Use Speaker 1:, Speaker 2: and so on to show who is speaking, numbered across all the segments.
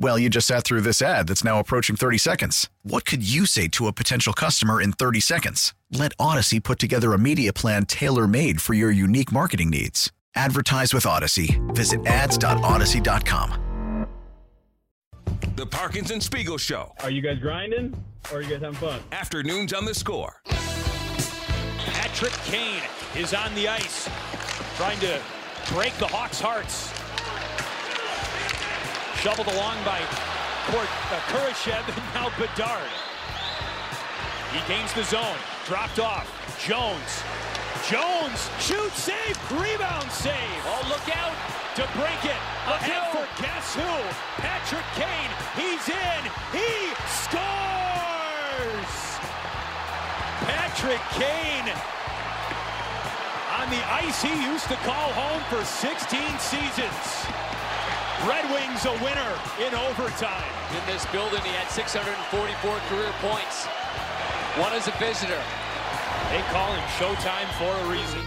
Speaker 1: Well, you just sat through this ad that's now approaching 30 seconds. What could you say to a potential customer in 30 seconds? Let Odyssey put together a media plan tailor made for your unique marketing needs. Advertise with Odyssey. Visit ads.odyssey.com.
Speaker 2: The Parkinson Spiegel Show.
Speaker 3: Are you guys grinding or are you guys having fun?
Speaker 2: Afternoons on the score.
Speaker 4: Patrick Kane is on the ice, trying to break the Hawks' hearts. Shoveled along by Court, uh, Kurashev and now Bedard. He gains the zone, dropped off. Jones. Jones shoots, save, rebound, save. Oh, look out to break it. Ahead for guess who? Patrick Kane. He's in. He scores. Patrick Kane on the ice he used to call home for 16 seasons. Red Wings a winner in overtime.
Speaker 5: In this building, he had 644 career points. One as a visitor.
Speaker 4: They call him Showtime for a reason.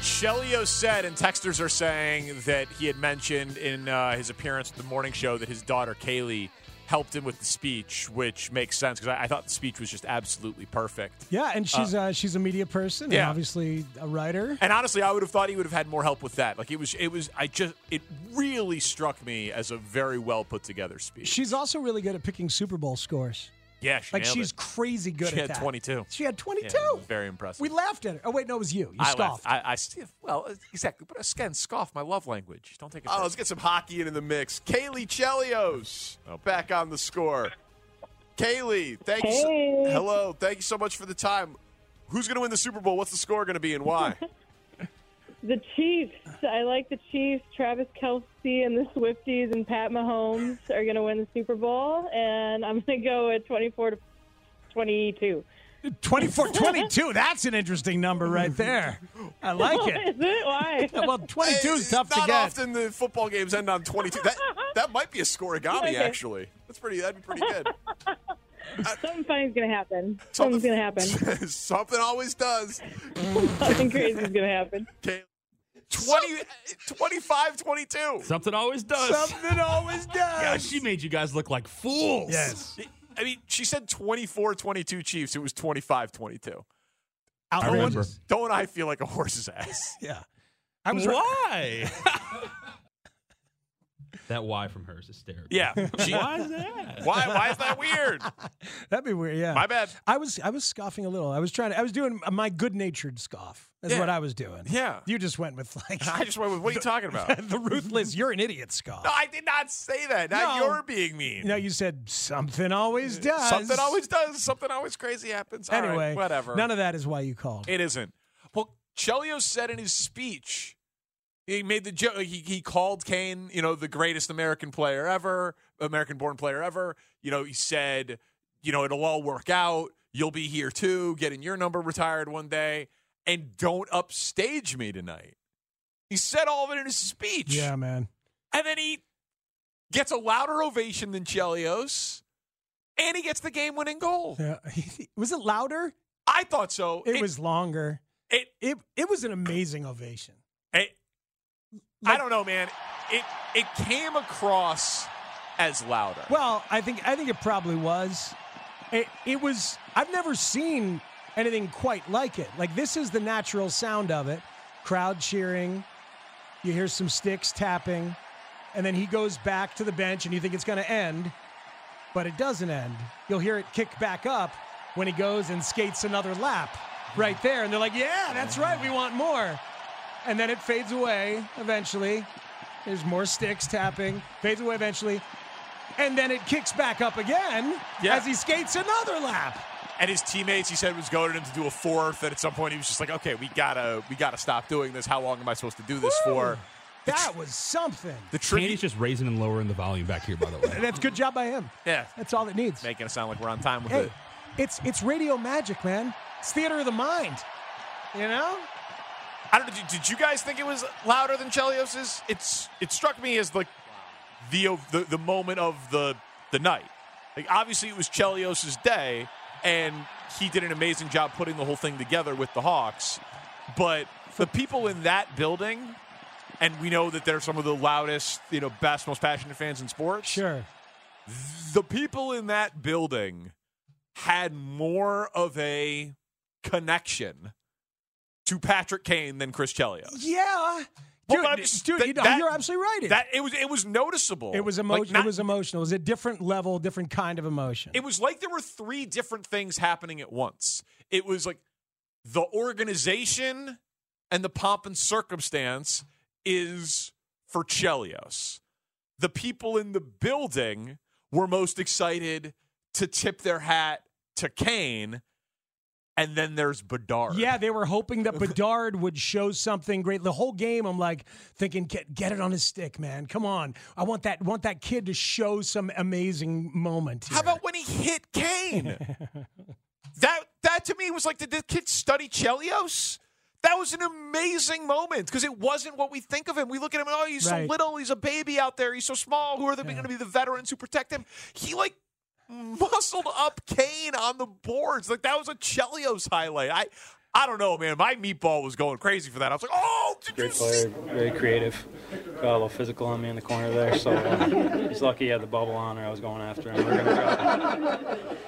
Speaker 6: Shelly said, and texters are saying that he had mentioned in uh, his appearance at the morning show that his daughter Kaylee helped him with the speech, which makes sense because I, I thought the speech was just absolutely perfect.
Speaker 7: Yeah, and she's uh, she's a media person, and
Speaker 6: yeah.
Speaker 7: obviously a writer.
Speaker 6: And honestly, I would have thought he would have had more help with that. Like it was, it was. I just, it really struck me as a very well put together speech.
Speaker 7: She's also really good at picking Super Bowl scores.
Speaker 6: yeah, she
Speaker 7: Like
Speaker 6: nailed
Speaker 7: she's
Speaker 6: it.
Speaker 7: crazy good
Speaker 6: She
Speaker 7: at
Speaker 6: had
Speaker 7: that.
Speaker 6: 22.
Speaker 7: She had 22.
Speaker 6: Yeah, very impressive.
Speaker 7: We laughed at her. Oh wait, no, it was you. You
Speaker 6: I laughed.
Speaker 7: scoffed.
Speaker 6: I, I st- well, exactly. But again, scoff my love language. Don't take it.
Speaker 8: Oh,
Speaker 6: personally.
Speaker 8: let's get some hockey into the mix. Kaylee Chelios
Speaker 6: Oh, boy.
Speaker 8: back on the score. Kaylee, thank you. so-
Speaker 9: Hey.
Speaker 8: Hello, thank you so much for the time. Who's going to win the Super Bowl? What's the score going to be, and why?
Speaker 9: The Chiefs. I like the Chiefs. Travis Kelsey and the Swifties and Pat Mahomes are going to win the Super Bowl, and I'm going to go at 24 to 22.
Speaker 7: 24, 22. That's an interesting number right there. I like
Speaker 9: Is
Speaker 7: it.
Speaker 9: it? Why?
Speaker 7: Well, 22 is tough
Speaker 8: Not
Speaker 7: to get.
Speaker 8: often the football games end on 22. That that might be a scoregami,
Speaker 9: Okay.
Speaker 8: actually. That's pretty. That'd be pretty good.
Speaker 9: Something funny's going to happen. Something's going to happen.
Speaker 8: Something always does.
Speaker 9: Something crazy's going to happen.
Speaker 8: Kaylee, 20, 25, 22.
Speaker 10: Something always does.
Speaker 7: Something always does.
Speaker 10: Yeah, she made you guys look like fools.
Speaker 7: Yes.
Speaker 8: I mean, she said 24 22 Chiefs. It was 25 22.
Speaker 10: I remember.
Speaker 8: Don't I feel like a horse's ass?
Speaker 7: Yeah. I was right.
Speaker 10: Why? that why from her is hysterical.
Speaker 8: Yeah. She-
Speaker 10: Why is that?
Speaker 8: Why? Why is that weird?
Speaker 7: That'd be weird. Yeah.
Speaker 8: My bad.
Speaker 7: I was I was scoffing a little. I was trying to. I was doing my good natured scoff. That's
Speaker 8: Yeah.
Speaker 7: what I was doing.
Speaker 8: Yeah.
Speaker 7: You just went with like
Speaker 8: I just went with. What are you talking about? No,
Speaker 7: the ruthless. You're an idiot scoff.
Speaker 8: I did not say that. Now
Speaker 7: No.
Speaker 8: you're being mean.
Speaker 7: No, you said something always does.
Speaker 8: Uh, Something always does. Something always crazy happens. All right,
Speaker 7: Anyway,
Speaker 8: whatever.
Speaker 7: None of that is why you called.
Speaker 8: it isn't. Well, Chelio said in his speech, he made the joke. He, he called Kane, you know, the greatest American player ever, American-born player ever. You know, he said, you know, it'll all work out. You'll be here too, getting your number retired one day, and don't upstage me tonight. He said all of it in his speech.
Speaker 7: Yeah, man.
Speaker 8: And then he gets a louder ovation than Chelios, and he gets the game winning goal.
Speaker 7: Yeah. was it louder?
Speaker 8: I thought so.
Speaker 7: It, was longer.
Speaker 8: It,
Speaker 7: It it was an amazing ovation.
Speaker 8: it, I don't know, man. It, it came across as louder.
Speaker 7: Well, I think I think it probably was. It, it was. I've never seen anything quite like it. Like this is the natural sound of it. Crowd cheering. You hear some sticks tapping, and then he goes back to the bench, and you think it's going to end, but it doesn't end. You'll hear it kick back up, when he goes and skates another lap right there. And they're like, yeah, that's right. We want more. And then it fades away eventually. There's more sticks tapping, fades away eventually. And then it kicks back up again yeah. as he skates another lap.
Speaker 8: And his teammates, he said, was goaded him to do a fourth. And at some point, he was just like, "Okay, we gotta, we gotta stop doing this. How long am I supposed to do this
Speaker 7: Woo!
Speaker 8: for?" The
Speaker 7: That
Speaker 8: tr-
Speaker 7: was something.
Speaker 8: the tricky,
Speaker 2: Andy's just raising and lowering the volume back here, by the way.
Speaker 7: That's good job by him.
Speaker 8: yeah,
Speaker 7: That's all it needs.
Speaker 8: making it sound like we're on time with
Speaker 7: Hey,
Speaker 8: it.
Speaker 7: it's it's radio magic, man. It's theater of the mind. You know?
Speaker 8: I don't. know, Did you, did you guys think it was louder than Chelios's? It's. It struck me as like the the, the moment of the the night. Like obviously it was Chelios's day, and he did an amazing job putting the whole thing together with the Hawks. But the people in that building, and we know that they're some of the loudest, you know, best, most passionate fans in sports.
Speaker 7: Sure.
Speaker 8: The people in that building had more of a connection to Patrick Kane than Chris Chelios.
Speaker 7: Yeah.
Speaker 8: Well,
Speaker 7: Dude,
Speaker 8: but I'm just-
Speaker 7: dude,
Speaker 8: that-
Speaker 7: you know,
Speaker 8: that-
Speaker 7: you're absolutely right. It-
Speaker 8: That it was it was noticeable.
Speaker 7: it was
Speaker 8: Like,
Speaker 7: emotional.
Speaker 8: not-
Speaker 7: it was emotional. It was a different level, different kind of emotion.
Speaker 8: it was like there were three different things happening at once. It was like the organization and the pomp and circumstance is for Chelios. The people in the building were most excited to tip their hat to Kane, and then there's Bedard.
Speaker 7: yeah, they were hoping that Bedard would show something great. The whole game, I'm like thinking, get get it on his stick, man. Come on, I want that want that kid to show some amazing moment.
Speaker 8: How
Speaker 7: here.
Speaker 8: about when he hit Kane? that that to me was like, did the kid study Chelios? That was an amazing moment because it wasn't what we think of him. We look at him and oh, he's so
Speaker 7: Right.
Speaker 8: little, he's a baby out there, he's so small. Who are they going to be the veterans who protect him? He like muscled up Kane on the boards. Like that was a Chelios highlight. I I don't know, man. My meatball was going crazy for that. I was like, oh, did
Speaker 11: Great
Speaker 8: you
Speaker 11: player,
Speaker 8: see?
Speaker 11: very creative. Got a little physical on me in the corner there, so uh, he's lucky he had the bubble on, or I was going after him. We're gonna drop him.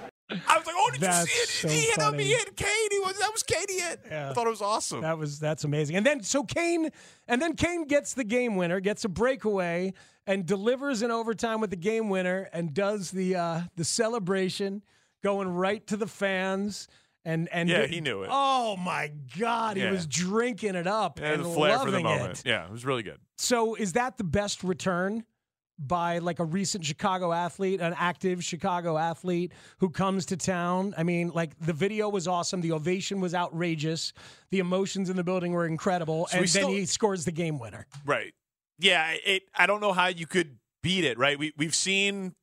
Speaker 8: I was like, oh, did
Speaker 7: That's
Speaker 8: you see
Speaker 7: so
Speaker 8: it? he hit him.
Speaker 7: funny.
Speaker 8: He hit Kane. He was that was Kane. He hit.
Speaker 7: Yeah.
Speaker 8: I thought it was awesome.
Speaker 7: That was that's amazing. And then so Kane and then Kane gets the game winner, gets a breakaway, and delivers in overtime with the game winner, and does the uh, the celebration, going right to the fans. And and
Speaker 8: Yeah, he knew it.
Speaker 7: Oh my God,
Speaker 8: Yeah.
Speaker 7: he was drinking it up
Speaker 8: Yeah,
Speaker 7: and
Speaker 8: the flair for the
Speaker 7: loving
Speaker 8: moment.
Speaker 7: it.
Speaker 8: Yeah, it was really good.
Speaker 7: So is that the best return? By like a recent Chicago athlete, an active Chicago athlete who comes to town. I mean, like the video was awesome. The ovation was outrageous. The emotions in the building were incredible.
Speaker 8: So
Speaker 7: and
Speaker 8: we
Speaker 7: then
Speaker 8: still-
Speaker 7: he scores the game winner.
Speaker 8: Right. Yeah, it I don't know how you could beat it, right? We we've seen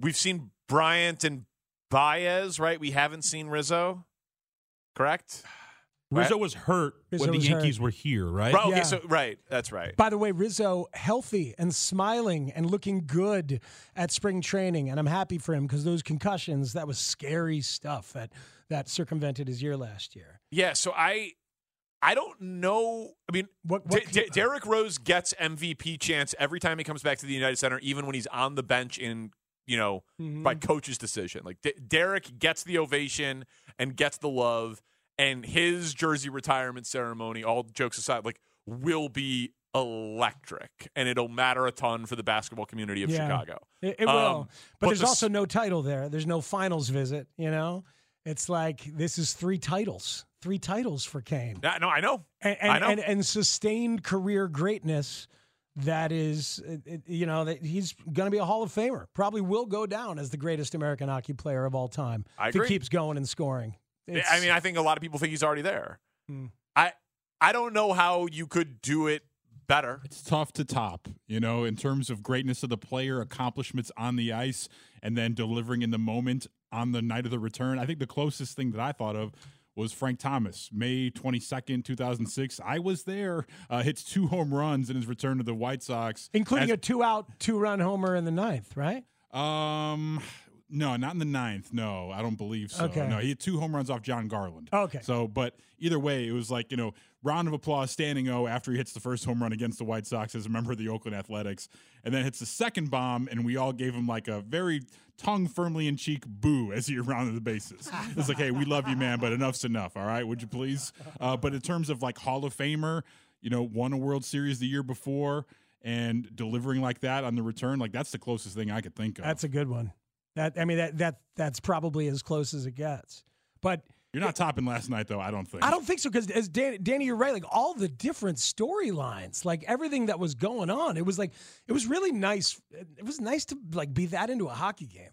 Speaker 8: we've seen Bryant and Baez, right? We haven't seen Rizzo. Correct?
Speaker 2: Rizzo was hurt
Speaker 7: Rizzo
Speaker 2: when the
Speaker 7: was hurt.
Speaker 2: Yankees were here, right?
Speaker 8: Right, okay,
Speaker 7: Yeah.
Speaker 8: so right, that's right.
Speaker 7: By the way, Rizzo healthy and smiling and looking good at spring training, and I'm happy for him because those concussions that was scary stuff that that circumvented his year last year.
Speaker 8: Yeah, so I I don't know. I mean,
Speaker 7: What-
Speaker 8: D-
Speaker 7: what
Speaker 8: D-
Speaker 7: can-
Speaker 8: Derek Rose gets MVP chance every time he comes back to the United Center, even when he's on the bench in you know
Speaker 7: Mm-hmm.
Speaker 8: by coach's decision. Like D- Derek gets the ovation and gets the love, and his jersey retirement ceremony. All jokes aside, like will be electric, and it'll matter a ton for the basketball community of
Speaker 7: Yeah.
Speaker 8: Chicago.
Speaker 7: It, it
Speaker 8: Um,
Speaker 7: will, but,
Speaker 8: but
Speaker 7: there's
Speaker 8: the s-
Speaker 7: also no title there. There's no finals visit. You know, it's like this is three titles, three titles for Kane,
Speaker 8: Yeah, no, I know.
Speaker 7: and
Speaker 8: I
Speaker 7: and,
Speaker 8: know.
Speaker 7: and, and sustained career greatness. That is, it- it- you know, that he's going to be a Hall of Famer. Probably will go down as the greatest American hockey player of all time.
Speaker 8: I
Speaker 7: if he
Speaker 8: agree.
Speaker 7: keeps going and scoring. It's-
Speaker 8: I mean, I think a lot of people think he's already there.
Speaker 7: Hmm.
Speaker 8: I I don't know how you could do it better.
Speaker 12: It's tough to top, you know, in terms of greatness of the player, accomplishments on the ice, and then delivering in the moment on the night of the return. I think the closest thing that I thought of was Frank Thomas, May 22nd, 2006. I was there, uh, hits two home runs in his return to the White Sox.
Speaker 7: including
Speaker 12: as-
Speaker 7: a two-out, two-run homer in the ninth, right?
Speaker 12: Um, no, not in the ninth. No, I don't believe so.
Speaker 7: Okay.
Speaker 12: No, he had two home runs off John Garland.
Speaker 7: Okay.
Speaker 12: So, but either way, it was like you know, round of applause, standing O after he hits the first home run against the White Sox as a member of the Oakland Athletics, and then hits the second bomb, and we all gave him like a very tongue firmly in cheek boo as he rounded the bases. It's like, hey, we love you, man, but enough's enough. All right, would you please? Uh, but in terms of like Hall of Famer, you know, won a World Series the year before. And delivering like that on the return, like that's the closest thing I could think of.
Speaker 7: That's a good one. That I mean that that that's probably as close as it gets. But
Speaker 12: you're not topping last night, though. I don't think.
Speaker 7: I don't think so because as Dan, Danny, you're right. Like all the different storylines, like everything that was going on, it was like it was really nice. It was nice to like be that into a hockey game.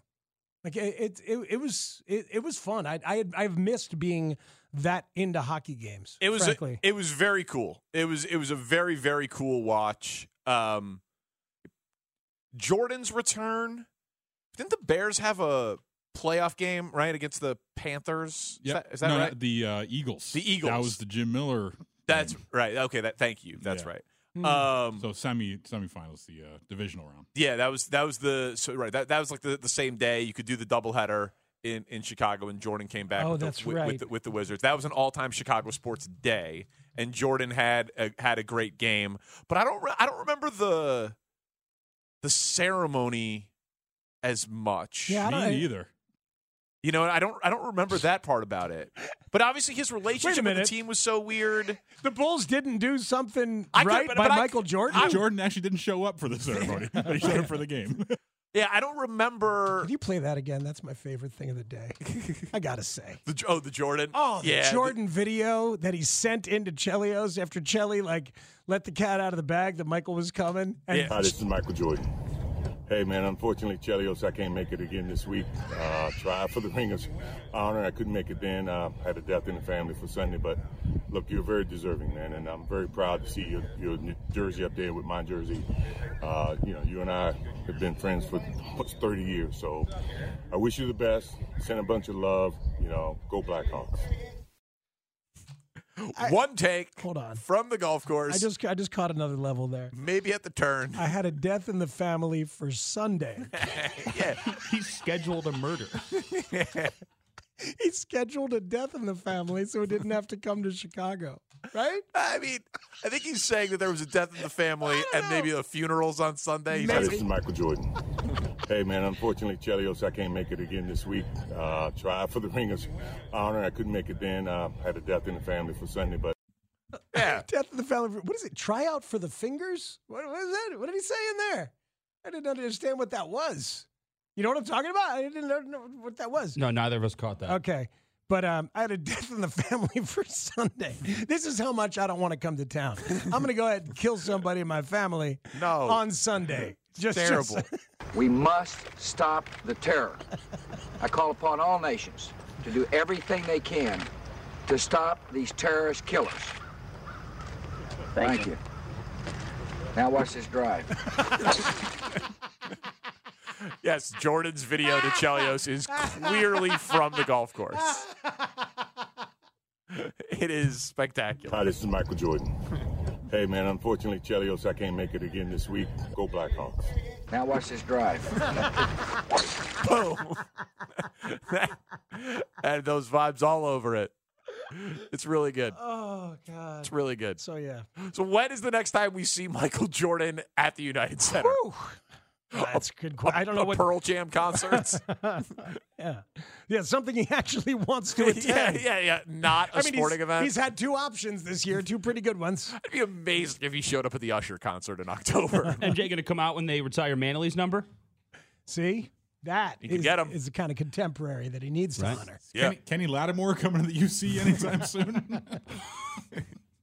Speaker 7: Like it, it, it, it was it, it was fun. I I I've missed being that into hockey games.
Speaker 8: It was
Speaker 7: frankly.
Speaker 8: A, it was very cool. It was it was a very very cool watch. Um, Jordan's return. Didn't the Bears have a playoff game right against the Panthers?
Speaker 12: Yeah,
Speaker 8: is that, is that
Speaker 12: no,
Speaker 8: right?
Speaker 12: The uh, Eagles.
Speaker 8: The Eagles.
Speaker 12: That was the Jim Miller.
Speaker 8: That's
Speaker 12: game.
Speaker 8: right. Okay. That. Thank you. That's
Speaker 12: Yeah.
Speaker 8: right.
Speaker 7: Hmm.
Speaker 12: Mm.
Speaker 8: Um,
Speaker 12: so semi semifinals, the uh, divisional round.
Speaker 8: yeah, that was that was the so right. That that was like the, the same day you could do the doubleheader in in Chicago, and Jordan came back.
Speaker 7: Oh,
Speaker 8: with
Speaker 7: that's
Speaker 8: the, with-
Speaker 7: right.
Speaker 8: With the, with the Wizards, that was an all time Chicago sports day, and Jordan had a, had a great game. But I don't re- I don't remember the the ceremony as much.
Speaker 7: Yeah,
Speaker 12: Me
Speaker 7: I don't,
Speaker 12: neither.
Speaker 8: You know, and I don't I don't remember that part about it. But obviously his relationship with the
Speaker 7: minute.
Speaker 8: team was so weird.
Speaker 7: the Bulls didn't do something
Speaker 8: I could-
Speaker 7: right
Speaker 8: but-
Speaker 7: by
Speaker 8: but I-
Speaker 7: Michael Jordan.
Speaker 12: Jordan actually didn't show up for the ceremony. but he showed up for the game.
Speaker 8: Yeah, I don't remember
Speaker 7: Could you play that again? That's my favorite thing of the day. I gotta say.
Speaker 8: the J- oh the Jordan.
Speaker 7: Oh, the
Speaker 8: yeah, the-
Speaker 7: Jordan video that he sent into Chelio's after Chelly like let the cat out of the bag that Michael was coming. And
Speaker 8: Yeah.
Speaker 13: Hi, this is Michael Jordan. Hey, man, unfortunately, Chelios, I can't make it again this week. Uh, try for the Ring of Honor. I couldn't make it then. Uh, had a death in the family for Sunday, but look, you're very deserving, man, and I'm very proud to see your, your new jersey up there with my jersey. Uh, you know, you and I have been friends for almost 30 years, so I wish you the best. Send a bunch of love. You know, go Blackhawks.
Speaker 8: one take
Speaker 7: Hold on.
Speaker 8: from the golf course.
Speaker 7: I just I just caught another level there.
Speaker 8: maybe at the turn.
Speaker 7: I had a death in the family for Sunday.
Speaker 8: yeah.
Speaker 10: He scheduled a murder.
Speaker 7: he scheduled a death in the family so he didn't have to come to Chicago. Right?
Speaker 8: I mean, I think he's saying that there was a death in the family and maybe the funerals on Sunday. He's
Speaker 13: Hi,
Speaker 8: like,
Speaker 13: this is Michael Jordan. hey, man, unfortunately, Chelios, I can't make it again this week. Uh, try for the Ring of Honor. I couldn't make it then. Uh, had a death in the family for Sunday, but
Speaker 8: yeah.
Speaker 7: Death in the family. for- What is it? Try out for the fingers? What, what is that? What did he say in there? I didn't understand what that was. You know what I'm talking about? I didn't know what that was.
Speaker 10: No, neither of us caught that.
Speaker 7: Okay. But um, I had a death in the family for Sunday. This is how much I don't want to come to town. I'm going to go ahead and kill somebody in my family
Speaker 8: No.
Speaker 7: on Sunday. Just
Speaker 8: terrible.
Speaker 7: just-
Speaker 14: We must stop the terror. I call upon all nations to do everything they can to stop these terrorist killers. Thank, you. Now watch this drive.
Speaker 8: Yes, Jordan's video to Chelios is clearly from the golf course. It is spectacular.
Speaker 13: hi, this is Michael Jordan. hey, man, unfortunately, Chelios, I can't make it again this week. Go Blackhawks.
Speaker 14: Now watch this drive.
Speaker 8: Boom. and those vibes all over it. It's really good.
Speaker 7: oh, God.
Speaker 8: It's really good.
Speaker 7: So, yeah.
Speaker 8: So when is the next time we see Michael Jordan at the United Center?
Speaker 7: Whew. Ah, That's a good. que- I don't know
Speaker 8: A
Speaker 7: what.
Speaker 8: Pearl Jam concerts?
Speaker 7: Yeah, yeah, something he actually wants to
Speaker 8: yeah,
Speaker 7: attend.
Speaker 8: yeah, yeah. Not a
Speaker 7: I mean,
Speaker 8: sporting
Speaker 7: he's,
Speaker 8: event.
Speaker 7: he's had two options this year, two pretty good ones.
Speaker 8: I'd be amazed if he showed up at the Usher concert in October.
Speaker 10: MJ going to come out when they retire Manley's number?
Speaker 7: See, that
Speaker 8: can
Speaker 7: is,
Speaker 8: get 'em.
Speaker 7: is the kind of contemporary that he needs to
Speaker 10: Right.
Speaker 7: honor.
Speaker 8: yeah,
Speaker 12: Kenny, Kenny Lattimore coming to the UC anytime soon.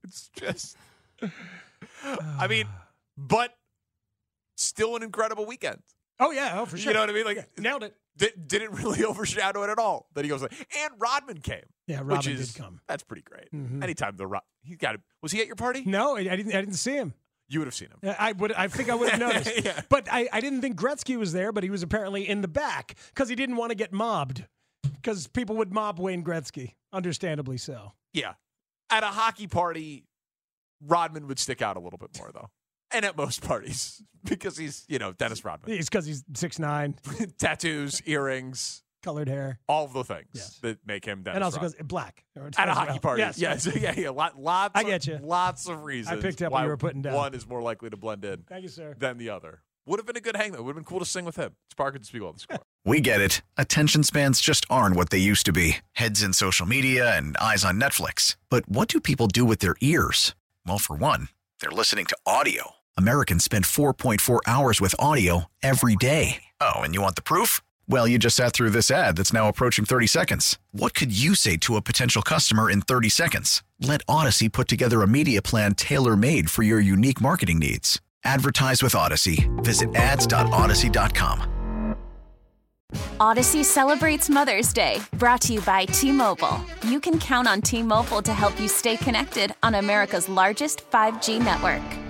Speaker 8: it's just. I mean, but still an incredible weekend.
Speaker 7: Oh yeah, oh for sure.
Speaker 8: You know what I mean? Like,
Speaker 7: Nailed it.
Speaker 8: did, didn't really overshadow it at all. That he goes like, and Rodman came.
Speaker 7: Yeah,
Speaker 8: which
Speaker 7: Robin
Speaker 8: is-
Speaker 7: did come.
Speaker 8: That's pretty great.
Speaker 7: Mhm.
Speaker 8: Anytime the Rod, he got it. Was he at your party?
Speaker 7: No, I I didn't. I didn't see him.
Speaker 8: You would have seen him.
Speaker 7: I would. I think I would have noticed.
Speaker 8: Yeah.
Speaker 7: But I, I didn't think Gretzky was there. But he was apparently in the back because he didn't want to get mobbed. Because people would mob Wayne Gretzky, understandably so.
Speaker 8: Yeah. At a hockey party, Rodman would stick out a little bit more though. And at most parties, because he's, you know, Dennis Rodman.
Speaker 7: It's because he's six nine,
Speaker 8: Tattoos, earrings,
Speaker 7: colored hair,
Speaker 8: all of the things
Speaker 7: Yes.
Speaker 8: that make him Dennis
Speaker 7: and also
Speaker 8: Rodman.
Speaker 7: because black.
Speaker 8: At a hockey party.
Speaker 7: Yes.
Speaker 8: Yes. yeah, yeah. Lot, lots
Speaker 7: I
Speaker 8: of-
Speaker 7: get you.
Speaker 8: Lots of reasons.
Speaker 7: picked up what
Speaker 8: why
Speaker 7: you were putting down.
Speaker 8: One is more likely to blend in
Speaker 7: Thank you, sir.
Speaker 8: than the other. Would have been a good hang though. Would have been cool to sing with him. It's Parker and Spiegel on the score.
Speaker 1: We get it. Attention spans just aren't what they used to be heads in social media and eyes on Netflix. But what do people do with their ears? Well, for one, they're listening to audio. Americans spend 4.4 hours with audio every day. Oh, and you want the proof? Well, you just sat through this ad that's now approaching 30 seconds. What could you say to a potential customer in 30 seconds? Let Odyssey put together a media plan tailor made for your unique marketing needs. Advertise with Odyssey. Visit ads.odyssey.com.
Speaker 15: Odyssey celebrates Mother's Day, brought to you by T Mobile. You can count on T Mobile to help you stay connected on America's largest 5G network.